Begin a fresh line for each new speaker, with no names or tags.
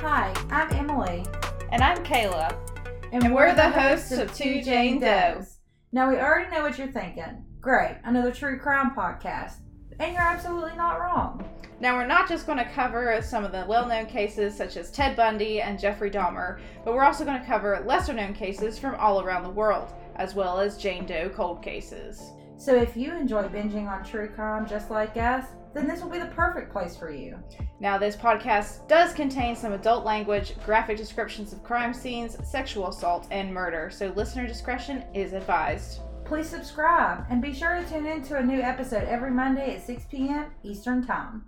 Hi, I'm Emily,
And I'm Kayla.
and, Now, we already know what you're thinking. Great, another true crime podcast. And you're absolutely not wrong.
Now, we're not just going to cover some of the well known cases such as Ted Bundy and Jeffrey Dahmer, but we're also going to cover lesser known cases from all around the world, as well as Jane Doe cold cases.
So, if you enjoy binging on true crime just like us, then this will be the perfect place for you.
Now, this podcast does contain some adult language, graphic descriptions of crime scenes, sexual assault, and murder, so listener discretion is advised.
Please subscribe and be sure to tune in to a new episode every Monday at 6 p.m. Eastern Time.